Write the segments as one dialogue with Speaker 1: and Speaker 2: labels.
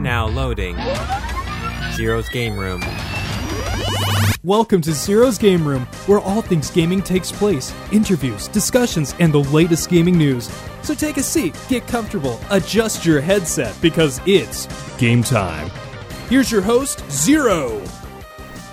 Speaker 1: Now loading. Zero's game room.
Speaker 2: Welcome to Zero's Game Room, where all things gaming takes place interviews, discussions, and the latest gaming news. So take a seat, get comfortable, adjust your headset, because it's game time. Here's your host, Zero.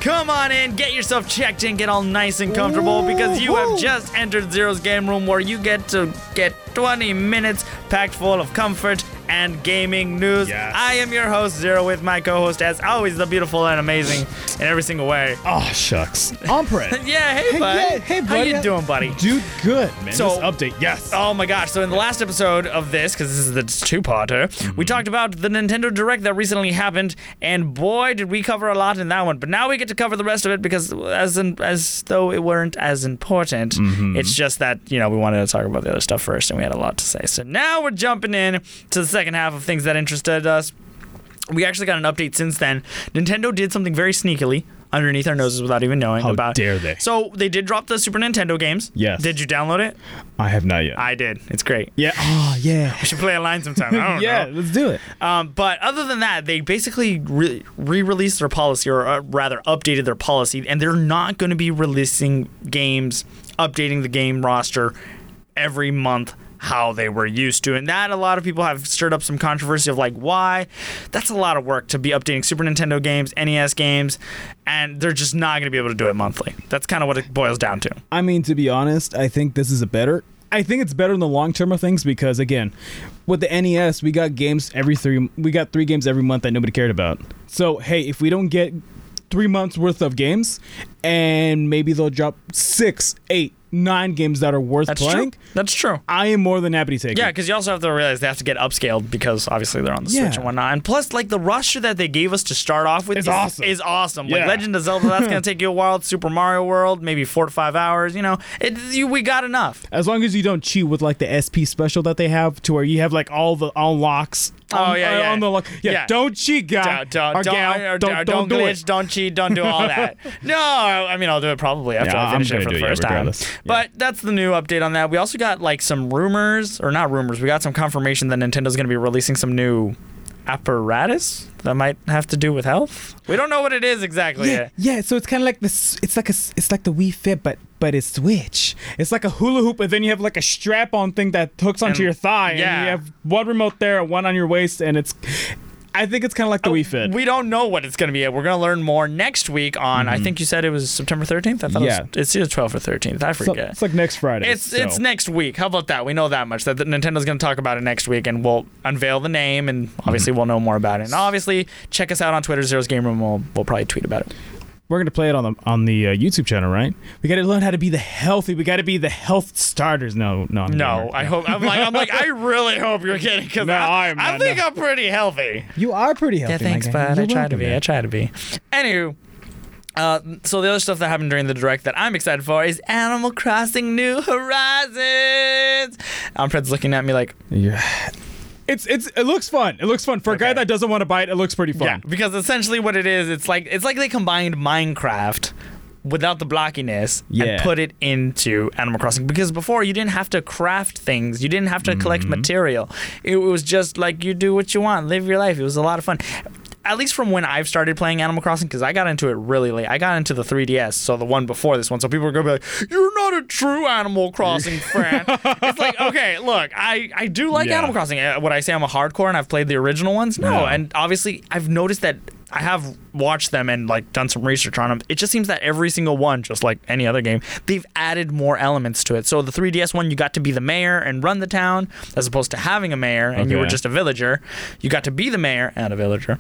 Speaker 3: Come on in, get yourself checked in, get all nice and comfortable because you have just entered Zero's game room where you get to get 20 minutes packed full of comfort and gaming news.
Speaker 4: Yes.
Speaker 3: I am your host, Zero, with my co host, as always, the beautiful and amazing in every single way.
Speaker 4: Oh shucks. Ompre.
Speaker 3: Yeah, hey, buddy.
Speaker 4: yeah, hey, buddy.
Speaker 3: How you doing, buddy?
Speaker 4: Dude, good man.
Speaker 3: So-
Speaker 4: this update, yes.
Speaker 3: Oh my gosh! So in the last episode of this, because this is the two-parter,
Speaker 4: Mm-hmm.
Speaker 3: we talked about the Nintendo Direct that recently happened, and boy, did we cover a lot in that one. But now we get to cover the rest of it because, as in, as though it weren't as important,
Speaker 4: Mm-hmm.
Speaker 3: it's just that you know we wanted to talk about the other stuff first, and we had a lot to say. So now we're jumping in to the second half of things that interested us. We actually got an update since then. Nintendo did something very sneakily underneath our noses without even knowing
Speaker 4: How
Speaker 3: about
Speaker 4: dare they.
Speaker 3: So they did drop the Super Nintendo games.
Speaker 4: Yes.
Speaker 3: Did you download it?
Speaker 4: I have not yet.
Speaker 3: I did. It's great.
Speaker 4: yeah. Oh yeah.
Speaker 3: We should play a line sometime. I don't
Speaker 4: yeah.
Speaker 3: know.
Speaker 4: Let's do it.
Speaker 3: Um, but other than that, they basically re- re-released their policy, or uh, rather, updated their policy, and they're not going to be releasing games, updating the game roster every month how they were used to. And that a lot of people have stirred up some controversy of like why. That's a lot of work to be updating Super Nintendo games, NES games, and they're just not going to be able to do it monthly. That's kind of what it boils down to.
Speaker 4: I mean, to be honest, I think this is a better. I think it's better in the long term of things because again, with the NES, we got games every three. We got three games every month that nobody cared about. So hey, if we don't get three months worth of games, and maybe they'll drop six, eight, nine games that are worth
Speaker 3: That's
Speaker 4: playing.
Speaker 3: true. That's true.
Speaker 4: I am more than happy to take
Speaker 3: Yeah,
Speaker 4: it.
Speaker 3: because you also have to realize they have to get upscaled because obviously they're on the Switch
Speaker 4: Yeah.
Speaker 3: and whatnot. And plus, like the roster that they gave us to start off with
Speaker 4: It's
Speaker 3: is
Speaker 4: awesome.
Speaker 3: Is awesome. Like
Speaker 4: Yeah.
Speaker 3: Legend of Zelda, that's gonna take you a while. Super Mario World, maybe four to five hours. You know, it, you, we got enough.
Speaker 4: As long as you don't cheat with like the SP special that they have, to where you have like all the all locks.
Speaker 3: Oh,
Speaker 4: on,
Speaker 3: yeah,
Speaker 4: uh,
Speaker 3: yeah.
Speaker 4: on the lock. Yeah,
Speaker 3: Yeah.
Speaker 4: don't cheat, guy.
Speaker 3: Don't don't
Speaker 4: Uh, or
Speaker 3: don't,
Speaker 4: gal.
Speaker 3: or-
Speaker 4: don't,
Speaker 3: or
Speaker 4: don't, do
Speaker 3: glitch,
Speaker 4: it.
Speaker 3: uh, don't cheat, don't do all that. no, I mean I'll do it probably after
Speaker 4: Yeah,
Speaker 3: I
Speaker 4: I'm
Speaker 3: finish it
Speaker 4: gonna
Speaker 3: for
Speaker 4: do
Speaker 3: the
Speaker 4: it, yeah,
Speaker 3: first time.
Speaker 4: regardless. Yeah.
Speaker 3: But that's the new update on that. We also got like some rumors or not rumors. We got some confirmation that Nintendo's gonna be releasing some new apparatus that might have to do with health. We don't know what it is exactly.
Speaker 4: Yeah,
Speaker 3: yet.
Speaker 4: yeah. So it's kind of like this. It's like a. s- It's like the Wii Fit, but but it's Switch. It's like a hula hoop, and then you have like a strap-on thing that hooks onto
Speaker 3: And-
Speaker 4: your thigh,
Speaker 3: yeah.
Speaker 4: and you have one remote there, and one on your waist, and it's. I think it's kind of like
Speaker 3: Oh,
Speaker 4: the Wii Fit.
Speaker 3: We don't know what it's going to be yet. We're going to learn more next week on. I think you said it was September 13th. I thought
Speaker 4: Mm-hmm. Yeah.
Speaker 3: it was, it's either 12th or 13th. I
Speaker 4: So-
Speaker 3: forget.
Speaker 4: it's like next Friday.
Speaker 3: it's
Speaker 4: so.
Speaker 3: it's next week. How about that? We know that much. That that Nintendo's going to talk about it next week, and we'll unveil the name, and obviously we'll know more about it. And obviously, check us out on Twitter, Zero's Game Room. We'll, we'll probably tweet about it.
Speaker 4: we're gonna play it on the on the uh, YouTube channel, right? We gotta learn how to be the healthy. We gotta be the health starters. No, no, I'm
Speaker 3: No,
Speaker 4: not.
Speaker 3: I hope I'm like I'm like I really hope you're kidding because
Speaker 4: No,
Speaker 3: I,
Speaker 4: I'm
Speaker 3: I
Speaker 4: not,
Speaker 3: think
Speaker 4: no.
Speaker 3: I'm pretty healthy.
Speaker 4: You are pretty healthy.
Speaker 3: Yeah, thanks,
Speaker 4: my guy.
Speaker 3: bud.
Speaker 4: You're
Speaker 3: I try to
Speaker 4: welcome,
Speaker 3: be. I
Speaker 4: man.
Speaker 3: try to be. Anywho. Uh, so the other stuff that happened during the direct that I'm excited for is Animal Crossing New Horizons. Alfred's looking at me like,
Speaker 4: Yeah. It's it's it looks fun. It looks fun for a guy
Speaker 3: Okay.
Speaker 4: that doesn't want to buy it. It looks pretty
Speaker 3: yeah,
Speaker 4: fun.
Speaker 3: because essentially what it is, it's like it's like they combined Minecraft without the blockiness and
Speaker 4: Yeah.
Speaker 3: put it into Animal Crossing because before you didn't have to craft things, you didn't have to collect
Speaker 4: Mm-hmm.
Speaker 3: material. It was just like you do what you want, live your life. It was a lot of fun. At least from when I've started playing Animal Crossing, because I got into it really late. I got into the 3DS, so the one before this one. So people are gonna be like, "You're not a true Animal Crossing fan." it's like, okay, look, I I do like
Speaker 4: Yeah.
Speaker 3: Animal Crossing. Uh, Would I say I'm a hardcore and I've played the original ones? No,
Speaker 4: No.
Speaker 3: and obviously I've noticed that I have watched them and like done some research on them. It just seems that every single one, just like any other game, they've added more elements to it. So the 3DS one, you got to be the mayor and run the town, as opposed to having a mayor and you were
Speaker 4: Okay.
Speaker 3: just a villager. You got to be the mayor and a villager.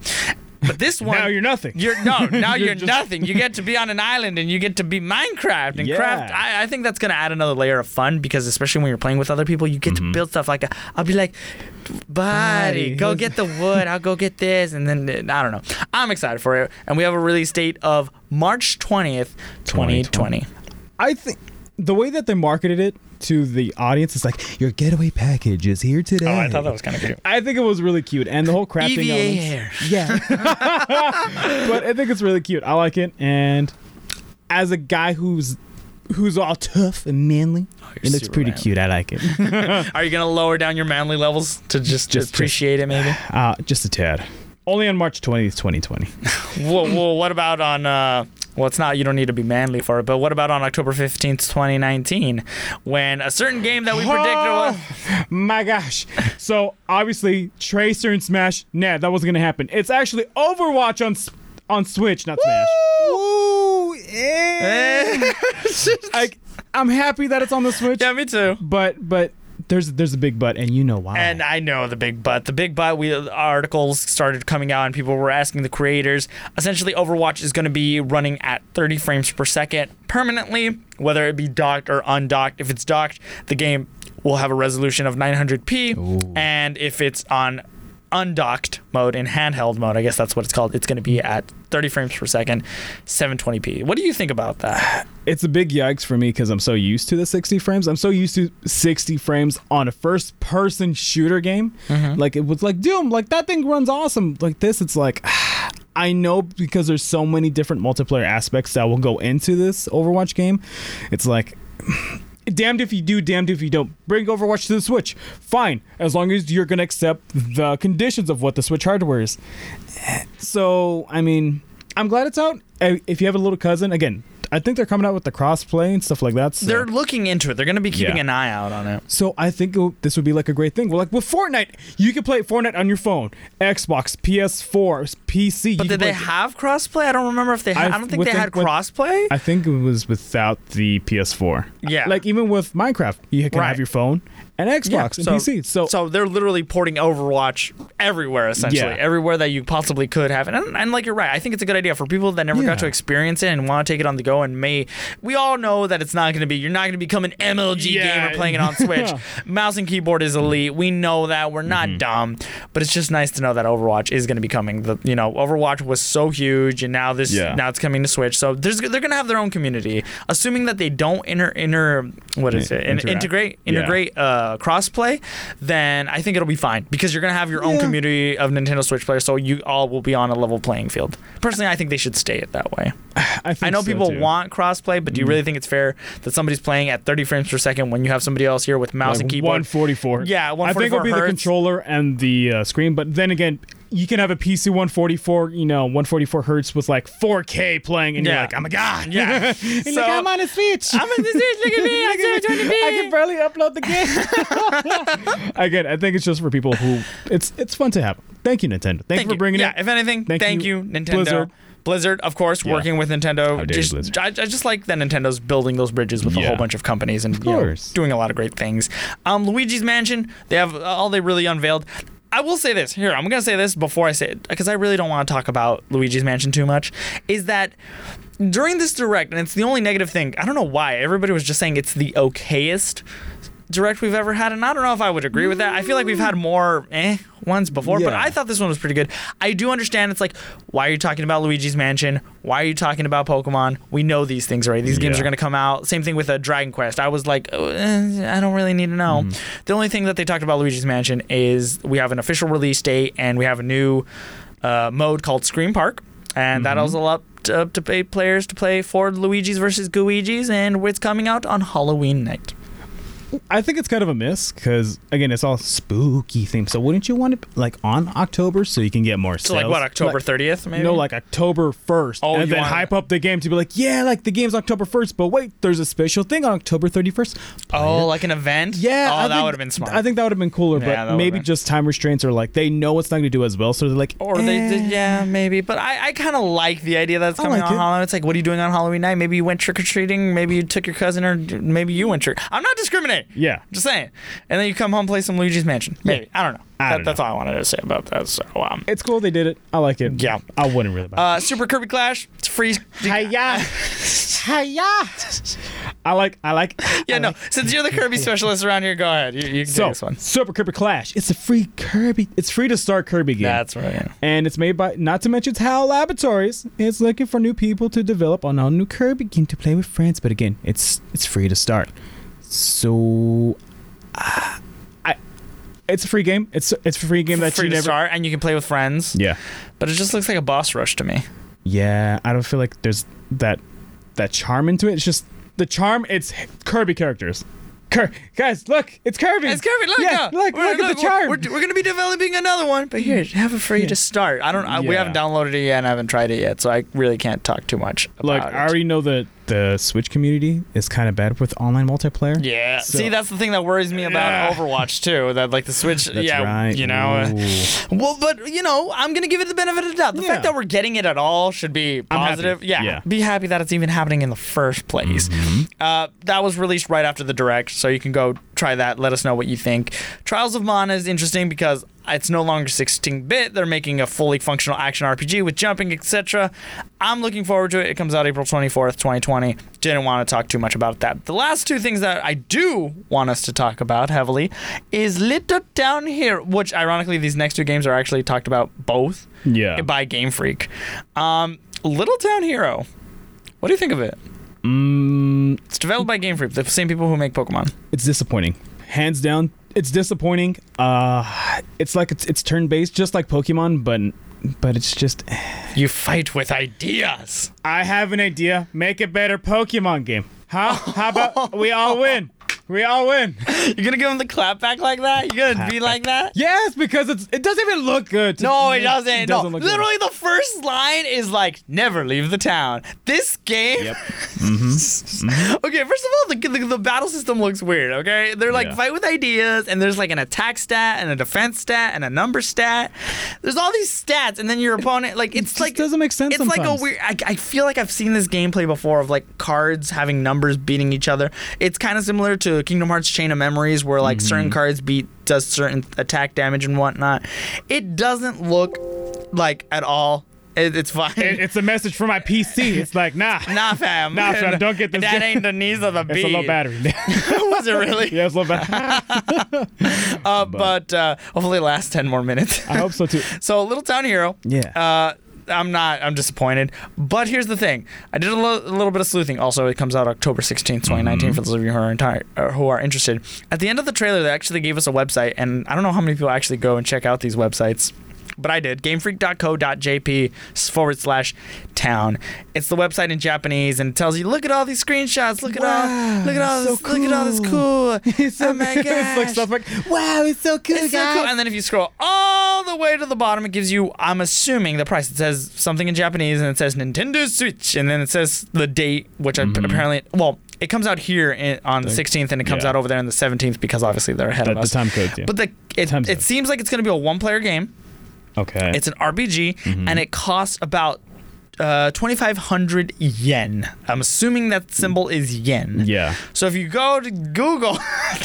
Speaker 3: But this one,
Speaker 4: Now you're nothing.
Speaker 3: You're no, now you're,
Speaker 4: You're just-
Speaker 3: nothing. You get to be on an island and you get to be Minecraft and
Speaker 4: Yeah.
Speaker 3: craft. I, I think that's gonna add another layer of fun because especially when you're playing with other people, you get to build stuff like that. I'll be like, buddy,
Speaker 4: Buddy,
Speaker 3: go
Speaker 4: who's-
Speaker 3: get the wood. I'll go get this, and then uh, I don't know. I'm excited for it, and we have a release date of March 20th, 2020.
Speaker 4: I think the way that they marketed it to the audience is like your getaway package is here today.
Speaker 3: Oh, I thought that was kind of cute.
Speaker 4: I think it was really cute, and the whole crafting
Speaker 3: EVA
Speaker 4: elements-
Speaker 3: hair.
Speaker 4: Yeah, but I think it's really cute. I like it, and as a guy who's who's all tough and manly,
Speaker 3: Oh, you're
Speaker 4: it looks
Speaker 3: super
Speaker 4: pretty
Speaker 3: manly.
Speaker 4: cute. I like it,
Speaker 3: Are you gonna lower down your manly levels to just,
Speaker 4: Just-
Speaker 3: appreciate it, maybe?
Speaker 4: uh, just a tad. Only on March 20th, 2020.
Speaker 3: Whoa, whoa, what about on? Uh, well, it's not. You don't need to be manly for it. But what about on October fifteenth, twenty nineteen, when a certain game that we predicted was
Speaker 4: My gosh. So obviously, Tracer and Smash, nah, that wasn't gonna happen. It's actually Overwatch on S- on Switch, not Smash.
Speaker 1: Ooh,
Speaker 4: Like, I'm happy that it's on the Switch,
Speaker 3: yeah, me too.
Speaker 4: but but there's there's a big but, and you know why.
Speaker 3: And I know the big butt. The big butt. We articles started coming out, and people were asking the creators. Essentially, Overwatch is going to be running at 30 frames per second permanently, whether it be docked or undocked. If it's docked, the game will have a resolution of 900p, and if it's on undocked mode in handheld mode, I guess that's what it's called. It's going to be at 30 frames per second, 720p. What do you think about that?
Speaker 4: it's a big yikes for me because I'm so used to the 60 frames. I'm so used to 60 frames on a first person shooter game.
Speaker 3: Mm-hmm.
Speaker 4: Like it was like Doom, like that thing runs awesome. Like this, it's like I know because there's so many different multiplayer aspects that will go into this Overwatch game. It's like damned if you do, damned if you don't. Bring Overwatch to the Switch. Fine, as long as you're gonna accept the conditions of what the Switch hardware is. So I mean, I'm glad it's out. I- If you have a little cousin, again, I think they're coming out with the crossplay and stuff like that. So,
Speaker 3: They're looking into it. They're going to be keeping
Speaker 4: Yeah.
Speaker 3: an eye out on it.
Speaker 4: so I think it'll- this would be like a great thing. Well, like with Fortnite, you can play Fortnite on your phone, Xbox, PS4, PC.
Speaker 3: But did they have crossplay? I don't remember if they had. I,
Speaker 4: I-
Speaker 3: don't think
Speaker 4: with
Speaker 3: they
Speaker 4: the-
Speaker 3: had
Speaker 4: with-
Speaker 3: crossplay.
Speaker 4: I think it was without the PS4.
Speaker 3: Yeah.
Speaker 4: Like even with Minecraft, you can
Speaker 3: Right.
Speaker 4: have your phone and Xbox
Speaker 3: so,
Speaker 4: and PC. So,
Speaker 3: so they're literally porting Overwatch everywhere, essentially,
Speaker 4: Yeah.
Speaker 3: everywhere that you possibly could have. And, and like you're right, I think it's a good idea for people that never
Speaker 4: Yeah.
Speaker 3: got to experience it and want to take it on the go. And may we all know that it's not going to be. You're not going to become an MLG
Speaker 4: Yeah.
Speaker 3: gamer playing it on Switch. Mouse and keyboard is elite. We know that. We're
Speaker 4: Mm-hmm.
Speaker 3: not dumb, but it's just nice to know that Overwatch is going to be coming. The you know Overwatch was so huge, and now this
Speaker 4: Yeah.
Speaker 3: now it's coming to Switch. So there's they're going to have their own community, assuming that they don't inter inter what is it In-
Speaker 4: Interact.
Speaker 3: integrate
Speaker 4: Yeah.
Speaker 3: integrate uh, crossplay, then I think it'll be fine because you're gonna have your own
Speaker 4: Yeah.
Speaker 3: community of Nintendo Switch players, so you all will be on a level playing field. Personally, I think they should stay it that way.
Speaker 4: I, think
Speaker 3: I know
Speaker 4: so,
Speaker 3: people
Speaker 4: too. Mm-hmm.
Speaker 3: want crossplay, but do you really think it's fair that somebody's playing at 30 frames per second when you have somebody else here with mouse
Speaker 4: like
Speaker 3: and keyboard?
Speaker 4: 144.
Speaker 3: Yeah,
Speaker 4: I think it'll
Speaker 3: 144
Speaker 4: be the
Speaker 3: hertz.
Speaker 4: controller and the uh, screen, but then again, you can have a PC 144, you know, 144 hertz with like 4K playing, and
Speaker 3: Yeah.
Speaker 4: you're like, oh my god,
Speaker 3: Yeah.
Speaker 4: And you're
Speaker 3: So-
Speaker 4: like, I'm on a Switch.
Speaker 3: I'm in this is- look at me, I'm
Speaker 4: I
Speaker 3: 720p.
Speaker 4: can barely upload the game. again, I think it's just for people who it's it's fun to have. Thank you, Nintendo. Thank, you for bringing
Speaker 3: yeah,
Speaker 4: it.
Speaker 3: if anything, thank,
Speaker 4: Thank
Speaker 3: you,
Speaker 4: you,
Speaker 3: Nintendo. Blizzard.
Speaker 4: Blizzard.
Speaker 3: of course, working with Nintendo.
Speaker 4: How dare you,
Speaker 3: just,
Speaker 4: Blizzard.
Speaker 3: I, I just like that Nintendo's building those bridges with a
Speaker 4: Yeah.
Speaker 3: whole bunch of companies and you know,
Speaker 4: course.
Speaker 3: doing a lot of great things. Um, Luigi's Mansion, they have all they really unveiled. I will say this here. I'm gonna say this before I say it because I really don't want to talk about Luigi's Mansion too much. Is that during this direct, and it's the only negative thing. I don't know why everybody was just saying it's the okayest direct we've ever had, and I don't know if I would agree with that. I feel like we've had more eh ones before, but
Speaker 4: Yeah.
Speaker 3: I thought this one was pretty good. I do understand it's like, why are you talking about Luigi's Mansion? Why are you talking about Pokemon? We know these things already. These games
Speaker 4: Yeah.
Speaker 3: are going to come out. Same thing with a Dragon Quest. I was like, oh, eh, I don't really need to know.
Speaker 4: Mm-hmm.
Speaker 3: The only thing that they talked about Luigi's Mansion is we have an official release date and we have a new uh, mode called Scream Park,
Speaker 4: Mm-hmm.
Speaker 3: and that'll allow up to, up to pay players to play for Luigi's versus Guigi's, and it's coming out on Halloween night.
Speaker 4: I think it's kind of a miss because again, it's all spooky themed. So wouldn't you want it like on October so you can get more
Speaker 3: So
Speaker 4: sales?
Speaker 3: like what October
Speaker 4: Like-
Speaker 3: 30th maybe?
Speaker 4: No, like October 1st.
Speaker 3: Oh, you
Speaker 4: and then
Speaker 3: want-
Speaker 4: hype up the game to be like, yeah, like the game's October 1st, but wait, there's a special thing on October 31st.
Speaker 3: Oh, like an event?
Speaker 4: Yeah.
Speaker 3: Oh,
Speaker 4: I
Speaker 3: that
Speaker 4: think-
Speaker 3: would have been smart.
Speaker 4: I think that would have been cooler,
Speaker 3: Yeah, that
Speaker 4: but
Speaker 3: would've
Speaker 4: maybe
Speaker 3: been-
Speaker 4: just time restraints are like, they know it's not going to do as well. So they're like,
Speaker 3: or they
Speaker 4: eh.
Speaker 3: did, yeah, maybe. But I, I kind of like the idea that's
Speaker 4: I
Speaker 3: coming
Speaker 4: like
Speaker 3: on
Speaker 4: it.
Speaker 3: Halloween. It's like, what are you doing on Halloween night? Maybe you went trick or treating. Maybe you took your cousin, or d- maybe you went trick. I'm not discriminating.
Speaker 4: Yeah.
Speaker 3: just saying. And then you come home, play some Luigi's Mansion. Maybe I don't know.
Speaker 4: I
Speaker 3: That-
Speaker 4: don't
Speaker 3: That's all I wanted to say about that. So um,
Speaker 4: It's cool they did it. I like it.
Speaker 3: Yeah.
Speaker 4: I wouldn't really mind.
Speaker 3: uh, Super Kirby Clash. It's free.
Speaker 4: Hiya. Hiya. I like, I like.
Speaker 3: Yeah,
Speaker 4: I
Speaker 3: no.
Speaker 4: like-
Speaker 3: Since you're the Kirby specialist around here, go ahead. You, you can do
Speaker 4: So,
Speaker 3: this one.
Speaker 4: Super Kirby Clash. It's a free Kirby. It's free to start Kirby game.
Speaker 3: That's right.
Speaker 4: and it's made by not to mention it's HAL Laboratories. It's looking for new people to develop on a new Kirby game to play with friends, but again, it's it's free to start. So, uh, I, it's a free game. It's it's a free game that
Speaker 3: free
Speaker 4: you
Speaker 3: to
Speaker 4: never.
Speaker 3: start, and you can play with friends.
Speaker 4: Yeah,
Speaker 3: But it just looks like a boss rush to me.
Speaker 4: yeah. I don't feel like there's that that charm into it. It's just the charm. It's Kirby characters. Cur- guys, look, it's curving.
Speaker 3: It's curving. Look,
Speaker 4: yeah,
Speaker 3: no.
Speaker 4: look,
Speaker 3: We're-
Speaker 4: look, at the
Speaker 3: we're-
Speaker 4: charm.
Speaker 3: We're, we're gonna be developing another one, but here, have it for you to start. I don't. I, We
Speaker 4: Yeah.
Speaker 3: haven't downloaded it yet, and I haven't tried it yet, so I really can't talk too much about
Speaker 4: Look,
Speaker 3: it.
Speaker 4: I already know that the Switch community is kind of bad with online multiplayer.
Speaker 3: yeah.
Speaker 4: So-
Speaker 3: See, that's the thing that worries me about Overwatch too. That like the Switch.
Speaker 4: That's
Speaker 3: yeah.
Speaker 4: right.
Speaker 3: You know. uh,
Speaker 4: Ooh.
Speaker 3: Well, but you know, I'm gonna give it the benefit of the doubt. The
Speaker 4: Yeah.
Speaker 3: fact that we're getting it at all should be
Speaker 4: I'm happy.
Speaker 3: positive. Yeah,
Speaker 4: Yeah. Mm-hmm.
Speaker 3: be happy that it's even happening in the first place. Uh, that was released right after the direct, so you can go try that. Let us know what you think. Trials of Mana is interesting because it's no longer 16-bit. They're making a fully functional action RPG with jumping, etc. I'm looking forward to it. It comes out April 24th, 2020. Didn't want to talk too much about that. The last two things that I do want us to talk about heavily is Little Down Here, which ironically these next two games are actually talked about both
Speaker 4: Yeah.
Speaker 3: by Game Freak. Um, Little Town Hero. What do you think of it?
Speaker 4: Mm,
Speaker 3: It's developed by Game Freak, the same people who make Pokemon.
Speaker 4: it's disappointing. Hands down, it's disappointing. Uh, it's like it's, it's turn based, just like Pokemon, but but it's just eh.
Speaker 3: You fight with ideas.
Speaker 4: I have an idea. Make a better Pokemon game. Huh? How about we all win? We all win.
Speaker 3: You're gonna give them the clap back like that? You're gonna be like that?
Speaker 4: Yes, because it's it doesn't even look good. to-
Speaker 3: No, it
Speaker 4: doesn't
Speaker 3: doesn't. no,
Speaker 4: look good.
Speaker 3: literally the first line is like, "Never leave the town." This game.
Speaker 4: Yep. Mm-hmm.
Speaker 3: okay, first of all, the, the the battle system looks weird. Okay, they're like
Speaker 4: Yeah.
Speaker 3: fight with ideas, and there's like an attack stat and a defense stat and a number stat. There's all these stats, and then your opponent like it's
Speaker 4: just
Speaker 3: like
Speaker 4: doesn't make sense
Speaker 3: It's like
Speaker 4: sometimes.
Speaker 3: a weird. I, I feel like I've seen this gameplay before of like cards having numbers beating each other. It's kind of similar to Kingdom Hearts Chain of Memories, where like certain cards beat does certain attack damage and whatnot. It doesn't look like at all. It, it's fine.
Speaker 4: It- It's a message from my PC. It's like nah.
Speaker 3: Nah, fam.
Speaker 4: Nah, fam, don't get this
Speaker 3: That
Speaker 4: game.
Speaker 3: ain't the knees of the
Speaker 4: It's
Speaker 3: beat.
Speaker 4: a low battery. yeah,
Speaker 3: Was it really?
Speaker 4: it's low battery.
Speaker 3: Uh, but uh, hopefully, it lasts ten more minutes.
Speaker 4: I hope so too.
Speaker 3: so, Little Town Hero.
Speaker 4: Yeah.
Speaker 3: Uh, I'm not. I'm disappointed. But here's the thing. I did a lo- a little bit of sleuthing. Also, it comes out October 16th,
Speaker 4: Mm-hmm.
Speaker 3: 2019. For those of you who are entire or who are interested, at the end of the trailer, they actually gave us a website, and I don't know how many people actually go and check out these websites. But I did. Gamefreak.co.jp forward slash town. It's the website in Japanese, and it tells you, look at all these screenshots. Look at all. Look at all
Speaker 4: so
Speaker 3: this. Look at all this cool.
Speaker 4: It's so
Speaker 3: oh my
Speaker 4: good. It's
Speaker 3: gosh.
Speaker 4: like stuff like, wow, it's so good,
Speaker 3: It's so cool. And then if you scroll all the way to the bottom, it gives you, I'm assuming, the price. It says something in Japanese and it says Nintendo Switch. And then it says the date, which I-
Speaker 4: Mm-hmm.
Speaker 3: apparently, well, it comes out here in, on the 16th and it comes
Speaker 4: yeah.
Speaker 3: out over there on the 17th because obviously they're ahead
Speaker 4: The-
Speaker 3: of
Speaker 4: the
Speaker 3: us.
Speaker 4: time codes, yeah.
Speaker 3: But the, it,
Speaker 4: Time
Speaker 3: it
Speaker 4: zone.
Speaker 3: seems like it's going to be a one player game.
Speaker 4: okay.
Speaker 3: It's an RPG
Speaker 4: Mm-hmm.
Speaker 3: and it costs about. Uh, 2500 yen. I'm assuming that symbol is yen.
Speaker 4: yeah.
Speaker 3: So if you go to Google,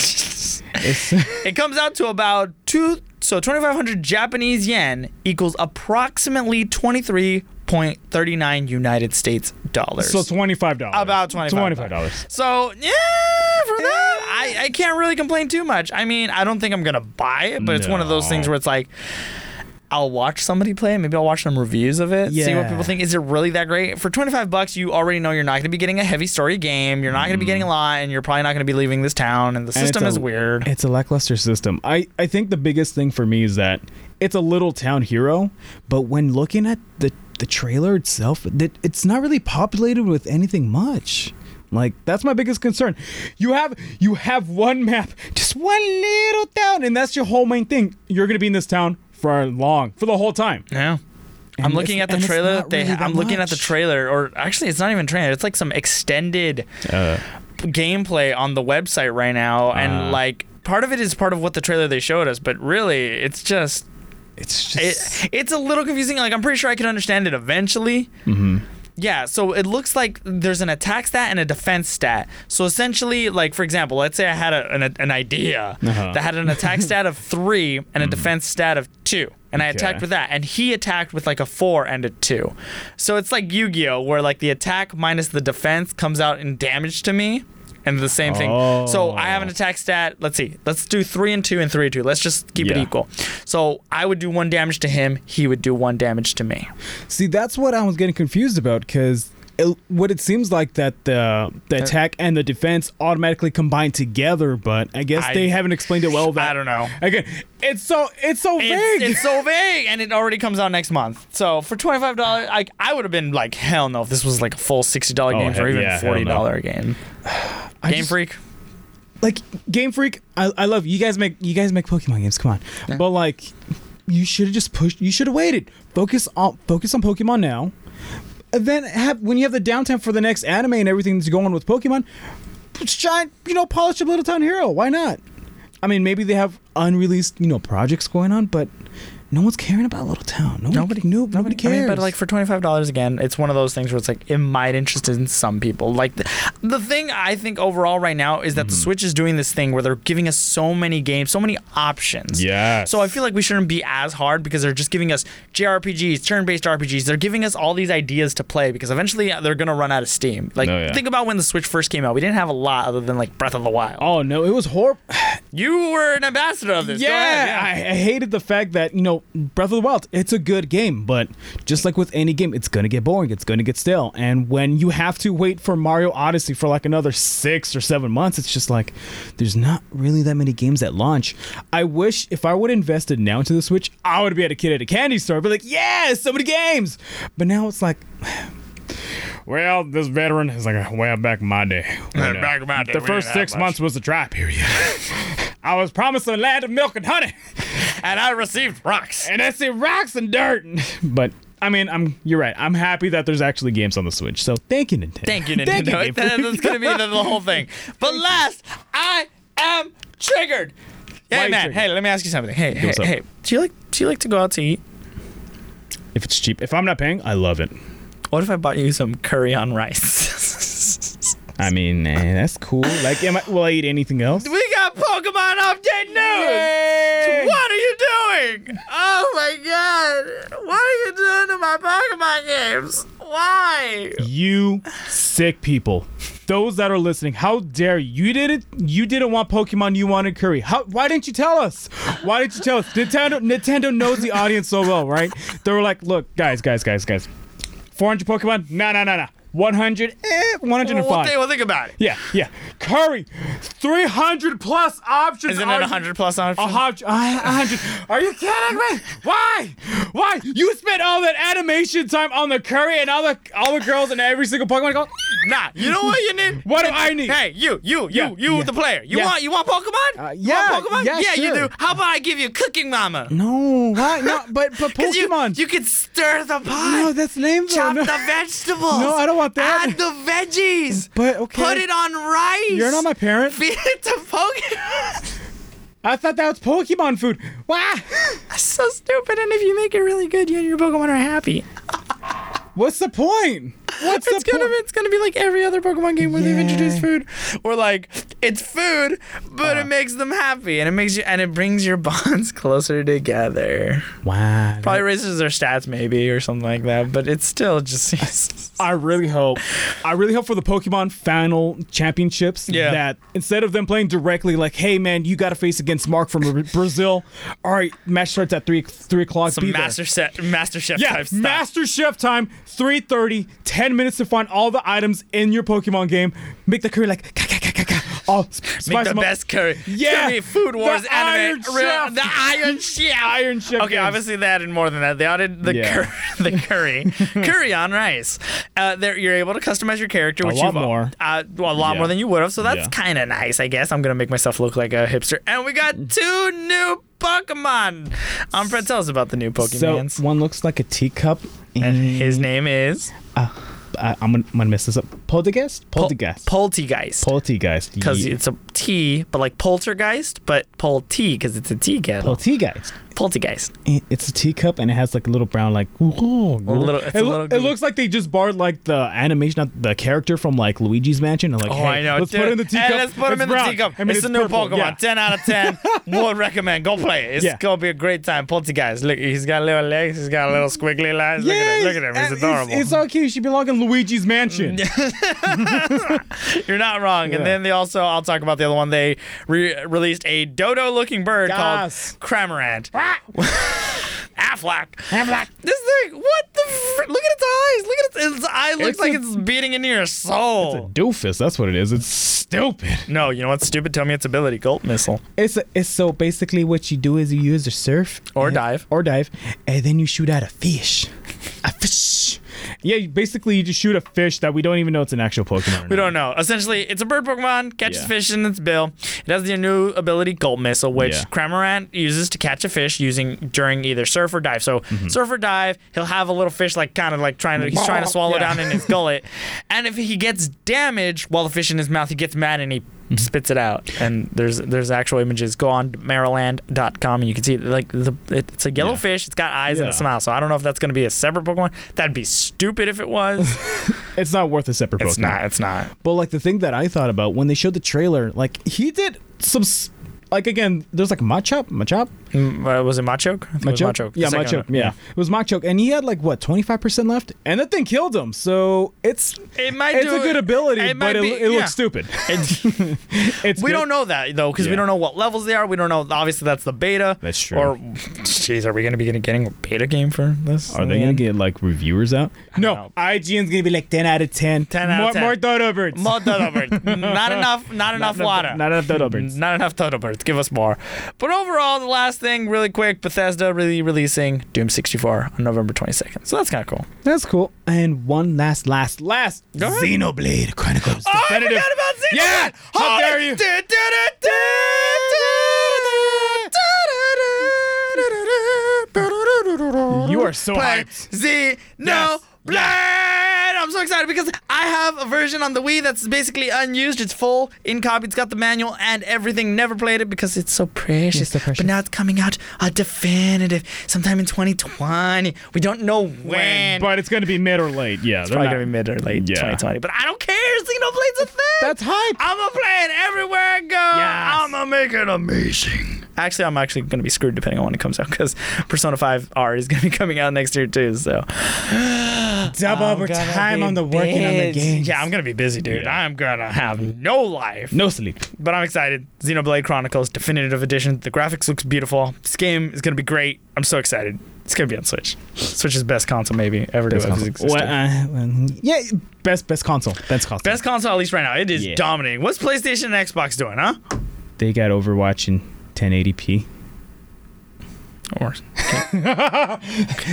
Speaker 3: it comes out to about two. So 2,500 Japanese yen equals approximately 23.39 United States dollars.
Speaker 4: so twenty five dollars.
Speaker 3: About $25.
Speaker 4: Twenty five dollars.
Speaker 3: So, yeah, for that, I, I can't really complain too much. I mean, I don't think I'm going to buy it, but it's one of those things
Speaker 4: No.
Speaker 3: where it's like, I'll watch somebody play it. Maybe I'll watch some reviews of it. See what
Speaker 4: Yeah.
Speaker 3: people think. Is it really that great? For 25 bucks, you already know you're not going to be getting a heavy story game. You're not going to be getting a lot, and you're probably not going to be leaving this town, and the
Speaker 4: Mm-hmm. And it's
Speaker 3: system
Speaker 4: a-
Speaker 3: is weird.
Speaker 4: It's a lackluster system. I, I think the biggest thing for me is that it's a little town hero, but when looking at the, the trailer itself, that it's not really populated with anything much. Like that's my biggest concern. You have you have one map, just one little town, and that's your whole main thing. You're gonna be in this town for long, for the whole time.
Speaker 3: Yeah. I'm
Speaker 4: And
Speaker 3: looking
Speaker 4: it's-
Speaker 3: at the
Speaker 4: and it's
Speaker 3: trailer.
Speaker 4: not
Speaker 3: That they,
Speaker 4: really that
Speaker 3: I'm looking at the
Speaker 4: much.
Speaker 3: trailer, or actually, it's not even trailer. It's like some extended gameplay on the website right now, and like part of it is part of what the trailer they showed us, but really, it's just
Speaker 4: It's just
Speaker 3: it, it's a little confusing. Like I'm pretty sure I can understand it eventually. Mm-hmm. Yeah, so it looks like there's an attack stat and a defense stat. So essentially, like for example, let's say I had a, an, an idea
Speaker 4: Uh-huh. Mm.
Speaker 3: that had an attack stat of three and a defense stat of two, and I attacked
Speaker 4: Okay.
Speaker 3: with that, and he attacked with like a four and a two. So it's like Yu-Gi-Oh, where like the attack minus the defense comes out in damage to me. And the same thing. So I have an
Speaker 4: Oh.
Speaker 3: attack stat. Let's see. Let's do three and two and three and two. Let's just keep it
Speaker 4: Yeah.
Speaker 3: equal. So I would do one damage to him. He would do one damage to me.
Speaker 4: See, that's what I was getting confused about because what it seems like that the
Speaker 3: Uh,
Speaker 4: the attack and the defense automatically combine together, but I guess
Speaker 3: I-
Speaker 4: they haven't explained it well. That
Speaker 3: I don't know.
Speaker 4: Again, it's so it's so
Speaker 3: It's,
Speaker 4: vague.
Speaker 3: it's so vague, and it already comes out next month. So for twenty five dollars, I I would have been like, hell no, if this was like a full sixty dollar
Speaker 4: Oh,
Speaker 3: game
Speaker 4: heck
Speaker 3: or even
Speaker 4: yeah, hell
Speaker 3: forty dollar game.
Speaker 4: I
Speaker 3: Game
Speaker 4: just-
Speaker 3: Freak,
Speaker 4: like Game Freak, I, I love you guys make you guys make Pokemon games. Come on, but like you should have just pushed. You should have waited. Focus on focus on Pokemon now. And then have when you have the downtime for the next anime and everything that's going on with Pokemon, shine. You know, polish up Little Town Hero. Why not? I mean, maybe they have unreleased you know projects going on, but no one's caring about Little Town. Nobody, nobody, no, nobody,
Speaker 3: I
Speaker 4: cares.
Speaker 3: mean, but like for twenty five dollars again, it's one of those things where it's like it might interest in some people. Like the, the thing I think overall right now is that the
Speaker 4: Hmm.
Speaker 3: Switch is doing this thing where they're giving us so many games, so many options.
Speaker 4: Yes.
Speaker 3: So I feel like we shouldn't be as hard because they're just giving us JRPGs, turn based RPGs. They're giving us all these ideas to play because eventually they're gonna run out of steam. Like
Speaker 4: Oh, yeah.
Speaker 3: think about when the Switch first came out. We didn't have a lot other than like Breath of the Wild.
Speaker 4: oh no, it was horrible.
Speaker 3: You were an ambassador of this. Go ahead,
Speaker 4: Yeah, I, I hated the fact that you know Breath of the Wild. It's a good game, but just like with any game, it's gonna get boring. It's gonna get stale. And when you have to wait for Mario Odyssey for like another six or seven months, it's just like there's not really that many games at launch. I wish if I would have invested now into the Switch, I would be at a kid at a candy store, be like, yeah, so many games. But now it's like. Well, this veteran is like way back in my day. uh,
Speaker 3: Way back in my day,
Speaker 4: The
Speaker 3: we
Speaker 4: first
Speaker 3: didn't have
Speaker 4: six
Speaker 3: much.
Speaker 4: months was a dry period. I was promised a land of milk and honey,
Speaker 3: And I received rocks.
Speaker 4: and it's in rocks and dirt. But I mean, I'm you're right. I'm happy that there's actually games on the Switch. So thank you, Nintendo.
Speaker 3: Thank you, Nintendo.
Speaker 4: Game
Speaker 3: That-
Speaker 4: Freak.
Speaker 3: that's gonna be the, the whole thing. But last, I am triggered.
Speaker 4: Why
Speaker 3: Hey
Speaker 4: are you
Speaker 3: man,
Speaker 4: triggered?
Speaker 3: hey, let me ask you something. Hey, hey,
Speaker 4: what's up?
Speaker 3: hey, do you like do you like to go out to eat?
Speaker 4: if it's cheap, if I'm not paying, I love it.
Speaker 3: What if I bought you some curry on rice?
Speaker 4: I mean, eh, that's cool. Like, am I, will I eat anything else?
Speaker 3: we got Pokemon update news. What are you doing? Oh my god! What are you doing to my Pokemon games? Why?
Speaker 4: You sick people. Those that are listening, how dare you? You didn't you didn't want Pokemon, you wanted Curry. How why didn't you tell us? Why didn't you tell us? Nintendo Nintendo knows the audience so well, right? They were like, look, guys, guys, guys, guys. 400 Pokemon? No, no, no, no. 100, eh, 105.
Speaker 3: Well, think, well, think about it.
Speaker 4: yeah, yeah. Curry, 300 plus options.
Speaker 3: Isn't
Speaker 4: Are
Speaker 3: it
Speaker 4: you-
Speaker 3: 100 plus on?
Speaker 4: a hundred, a hundred. Are you kidding me? Why? Why? You spent all that animation time on the curry and all the all the girls and every single Pokemon. Go,
Speaker 3: Nah, you know what you need?
Speaker 4: What do I need?
Speaker 3: Hey, you, you, you,
Speaker 4: Yeah,
Speaker 3: you,
Speaker 4: yeah,
Speaker 3: the player. You
Speaker 4: yeah.
Speaker 3: want, you want Pokemon?
Speaker 4: Uh,
Speaker 3: You want
Speaker 4: yeah,
Speaker 3: Pokemon?
Speaker 4: yeah,
Speaker 3: you
Speaker 4: sure.
Speaker 3: do. How about I give you Cooking Mama?
Speaker 4: no, why? No, but but
Speaker 3: 'Cause you-
Speaker 4: Pokemon.
Speaker 3: You, can stir the pot.
Speaker 4: no, that's lame. though.
Speaker 3: Chop
Speaker 4: No.
Speaker 3: the vegetables.
Speaker 4: No, I don't want that.
Speaker 3: Add the veggies.
Speaker 4: But, okay.
Speaker 3: Put it on rice.
Speaker 4: You're not my parent.
Speaker 3: Feed it to Pokemon.
Speaker 4: I thought that was Pokemon food. Why?
Speaker 3: That's so stupid. And if you make it really good, you and your Pokemon are happy.
Speaker 4: What's the point? What's
Speaker 3: it's
Speaker 4: the
Speaker 3: gonna
Speaker 4: point?
Speaker 3: it's gonna be like every other Pokemon game where they've
Speaker 4: Yeah.
Speaker 3: introduced food. Or like it's food, but
Speaker 4: Uh.
Speaker 3: it makes them happy and it makes you and it brings your bonds closer together.
Speaker 4: Wow.
Speaker 3: Probably raises their stats maybe or something like that, but it's still just
Speaker 4: I really hope. I really hope for the Pokemon final championships
Speaker 3: Yeah.
Speaker 4: that instead of them playing directly, like, "Hey man, you got to face against Mark from Bra- Brazil." All right, match starts at three three o'clock.
Speaker 3: some
Speaker 4: be there."
Speaker 3: master set master chef
Speaker 4: Yeah,
Speaker 3: type stuff.
Speaker 4: Master Chef time, 3.30, 10 minutes to find all the items in your Pokemon game. Make the curry like, ka, ka, ka, ka, ka, all sp-
Speaker 3: Make
Speaker 4: spice
Speaker 3: the
Speaker 4: them up.
Speaker 3: best curry.
Speaker 4: Yeah,
Speaker 3: Curry, Food
Speaker 4: the
Speaker 3: Wars
Speaker 4: Iron
Speaker 3: anime. real-
Speaker 4: Chef.
Speaker 3: The Iron Chef.
Speaker 4: Iron Chef
Speaker 3: Okay,
Speaker 4: games.
Speaker 3: obviously that and more than that. They added the
Speaker 4: Yeah.
Speaker 3: cur- the curry, curry on rice. Uh, there, you're able to customize your character, which
Speaker 4: lot
Speaker 3: you've,
Speaker 4: more.
Speaker 3: Uh, well, a lot
Speaker 4: Yeah.
Speaker 3: more than you would have. So that's
Speaker 4: Yeah.
Speaker 3: kind of nice, I guess. I'm gonna make myself look like a hipster. And we got
Speaker 4: Mm.
Speaker 3: two new Pokemon. Um, Fred, tell us about the new Pokemon.
Speaker 4: So one looks like a teacup.
Speaker 3: and
Speaker 4: And
Speaker 3: his name is
Speaker 4: uh, I, I'm, gonna, I'm gonna mess this up. Poltergeist?
Speaker 3: Pol-
Speaker 4: Poltergeist.
Speaker 3: Poltergeist.
Speaker 4: Poltergeist.
Speaker 3: because
Speaker 4: Ye-
Speaker 3: it's a T, but like poltergeist, but pol T because it's a T kettle.
Speaker 4: Poltergeist.
Speaker 3: Poltergeist.
Speaker 4: It- It's a teacup and it has like a little brown like.
Speaker 3: little- it's
Speaker 4: it,
Speaker 3: a
Speaker 4: loo-
Speaker 3: little
Speaker 4: it looks like they just borrowed like the animation, not the character from like Luigi's Mansion. And like,
Speaker 3: Oh,
Speaker 4: hey,
Speaker 3: I know.
Speaker 4: Let's put
Speaker 3: Dude,
Speaker 4: it in the teacup.
Speaker 3: Hey, let's put him
Speaker 4: It's
Speaker 3: in the
Speaker 4: brown.
Speaker 3: teacup.
Speaker 4: I mean,
Speaker 3: it's, a new
Speaker 4: purple.
Speaker 3: Pokemon.
Speaker 4: Yeah.
Speaker 3: 10 out of 10. Would recommend. Go play it. It's
Speaker 4: Yeah.
Speaker 3: going to be a great time. Poltergeist. Look, he's got little legs. He's got little squiggly lines. look at him. Look at him.
Speaker 4: and
Speaker 3: He's adorable.
Speaker 4: It's, it's all cute. She belongs in Luigi's Mansion.
Speaker 3: You're not wrong. And
Speaker 4: Yeah.
Speaker 3: then they also, I'll talk about the other one. They re- released a dodo looking bird
Speaker 4: Yes.
Speaker 3: called Cramorant. Aflac. Aflac. This thing, what the fr- Look at its eyes. Look at its, its eye. looks
Speaker 4: It's
Speaker 3: like
Speaker 4: a-
Speaker 3: it's beating into your soul.
Speaker 4: Doofus, that's what it is. It's stupid.
Speaker 3: no, you know what's stupid? Tell me its ability. Gulp missile.
Speaker 4: It's it's so basically what you do is you use a surf
Speaker 3: Or
Speaker 4: and-
Speaker 3: dive.
Speaker 4: or dive, and then you shoot out a fish, a fish, Yeah, you- basically you just shoot a fish that we don't even know it's an actual Pokemon. or
Speaker 3: We
Speaker 4: not.
Speaker 3: don't know. Essentially, it's a bird Pokemon, catches
Speaker 4: Yeah.
Speaker 3: fish in its bill. It has the new ability Gold Missile, which
Speaker 4: Yeah.
Speaker 3: Cramorant uses to catch a fish using during either surf or dive. So
Speaker 4: Mm-hmm.
Speaker 3: surf or dive, he'll have a little fish like kind of like trying to he's trying to swallow
Speaker 4: Yeah.
Speaker 3: down in his gullet. And if he gets damaged while the fish in his mouth, he gets mad and he
Speaker 4: Mm-hmm.
Speaker 3: spits it out. And there's there's actual images. Go on to Maryland.com and you can see like the it's a yellow
Speaker 4: Yeah.
Speaker 3: fish. It's got eyes and a
Speaker 4: Yeah.
Speaker 3: smile. So I don't know if that's gonna be a separate Pokemon. That'd be stupid if it was.
Speaker 4: It's not worth a separate
Speaker 3: it's
Speaker 4: Pokemon.
Speaker 3: not. It's not.
Speaker 4: But like the thing that I thought about when they showed the trailer, like he did some, s- like again, there's like Machop, Machop,
Speaker 3: Mm, uh, was it Machoke? I think it was Machoke. The
Speaker 4: yeah,
Speaker 3: second
Speaker 4: Machoke,
Speaker 3: one.
Speaker 4: yeah. It was Machoke, and he had like what 25% left, and that thing killed him. So it's
Speaker 3: It might
Speaker 4: it's
Speaker 3: do
Speaker 4: a good ability,
Speaker 3: it might
Speaker 4: but it,
Speaker 3: be-
Speaker 4: lo- it
Speaker 3: yeah.
Speaker 4: looks stupid.
Speaker 3: It's-
Speaker 4: It's
Speaker 3: we
Speaker 4: good.
Speaker 3: don't know that though, because we
Speaker 4: Yeah.
Speaker 3: don't know what levels they are. We don't know. Obviously, that's the beta.
Speaker 4: That's true.
Speaker 3: Or, jeez, are we going to be getting- getting a beta game for this?
Speaker 4: Are they gonna get like reviewers out?
Speaker 3: No.
Speaker 4: No, IGN's gonna be like 10 out of 10.
Speaker 3: 10 out
Speaker 4: more,
Speaker 3: of 10.
Speaker 4: More Dodo birds.
Speaker 3: more Dodo birds? Not enough. Not enough water. Mm.
Speaker 4: Not enough Dodo birds.
Speaker 3: Not enough Dodo birds. Give us more. But overall, the last thing, really quick, Bethesda really releasing Doom 64 on November 22nd. So that's kind of cool.
Speaker 4: That's cool. And one last, last, last
Speaker 3: Go ahead. Oh,
Speaker 4: Xenoblade Chronicles Definitive.
Speaker 3: about Oh, Xenoblade.
Speaker 4: Yeah! How
Speaker 3: Holy-
Speaker 4: dare you! You are so
Speaker 3: Play
Speaker 4: hyped.
Speaker 3: Z no
Speaker 4: Yes.
Speaker 3: blade. I'm so excited because I have a version on the Wii that's basically unused. It's full in copy. It's got the manual and everything. Never played it because it's so precious.
Speaker 4: Yes, so precious.
Speaker 3: But now it's coming out a definitive sometime in 2020. We don't know when.
Speaker 4: When, but it's gonna be mid or late. Yeah, they're
Speaker 3: Probably
Speaker 4: not-
Speaker 3: gonna be mid or late
Speaker 4: Yeah.
Speaker 3: 2020. But I don't care. Xenoblade's a thing.
Speaker 4: That's hype.
Speaker 3: I'm gonna play it everywhere I go. I'm gonna make it amazing. Actually, I'm actually gonna be screwed depending on when it comes out because Persona 5 R is gonna be coming out next year too. So
Speaker 4: Double
Speaker 3: I'm gonna be busy. Yeah, I'm gonna be busy, dude.
Speaker 4: Yeah.
Speaker 3: I'm gonna have no life.
Speaker 4: No sleep.
Speaker 3: But I'm excited. Xenoblade Chronicles Definitive Edition. The graphics looks beautiful. This game is gonna be great. I'm so excited. It's gonna be on Switch. Switch is best console maybe ever to have existed.
Speaker 4: Well, uh, well, yeah, best best console. Best console.
Speaker 3: Best console, at least right now. It is
Speaker 4: Yeah.
Speaker 3: dominating. What's PlayStation and Xbox doing, huh?
Speaker 4: They got Overwatch in 1080p.
Speaker 3: Or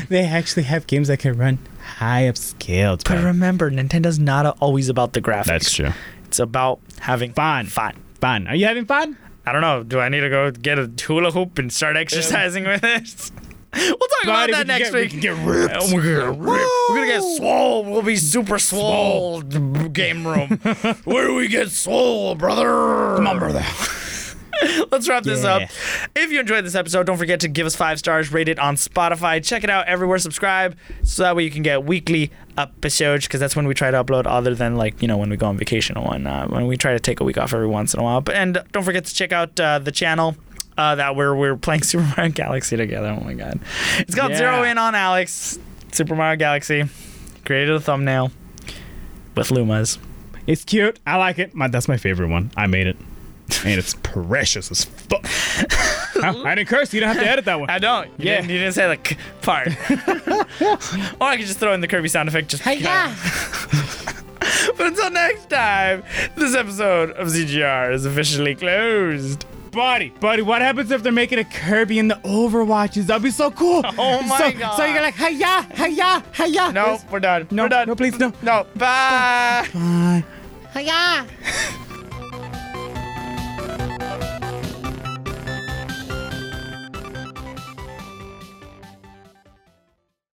Speaker 4: They actually have games that can run high upscale.
Speaker 3: But remember, Nintendo's not always about the graphics.
Speaker 4: That's true.
Speaker 3: It's about having
Speaker 4: Fun.
Speaker 3: Fun.
Speaker 4: Fun. Are you having fun?
Speaker 3: I don't know. Do I need to go get a hula hoop and start exercising with this? We'll talk
Speaker 4: Buddy,
Speaker 3: about
Speaker 4: we
Speaker 3: that
Speaker 4: can
Speaker 3: next
Speaker 4: get- we
Speaker 3: week.
Speaker 4: can get ripped.
Speaker 3: Uh, We're gonna, rip. We're gonna get
Speaker 4: Woo!
Speaker 3: swole. We'll be super swole. Game room. Where do we get swole, brother? Come on, brother. Let's wrap this
Speaker 4: Yeah.
Speaker 3: up. If you enjoyed this episode, don't forget to give us five stars, rate it on Spotify, check it out everywhere, subscribe, so that way you can get weekly episodes because that's when we try to upload, other than like you know when we go on vacation or whatnot. When we try to take a week off every once in a while. But and don't forget to check out uh, the channel. Uh, that where we're playing Super Mario Galaxy together. Oh my god, it's called
Speaker 4: Yeah.
Speaker 3: Zero In on Alex. Super Mario Galaxy created a thumbnail with Lumas.
Speaker 4: It's cute. I like it. My, that's my favorite one. I made it. And it's precious as fuck. Huh? I didn't curse. You don't have to edit that one.
Speaker 3: I don't. You
Speaker 4: Yeah.
Speaker 3: Didn't, you didn't say the k part. or I could just throw in the Kirby sound effect. Just yeah. but until next time, this episode of ZGR is officially closed.
Speaker 4: Buddy, buddy, what happens if they're making a Kirby in the Overwatches? That'd be so cool.
Speaker 3: Oh my
Speaker 4: so,
Speaker 3: God.
Speaker 4: So you're like, hiya, hiya, hiya.
Speaker 3: No, we're done.
Speaker 4: No,
Speaker 3: we're done.
Speaker 4: no, please, no.
Speaker 3: No. Bye.
Speaker 4: Bye.
Speaker 5: Hiya!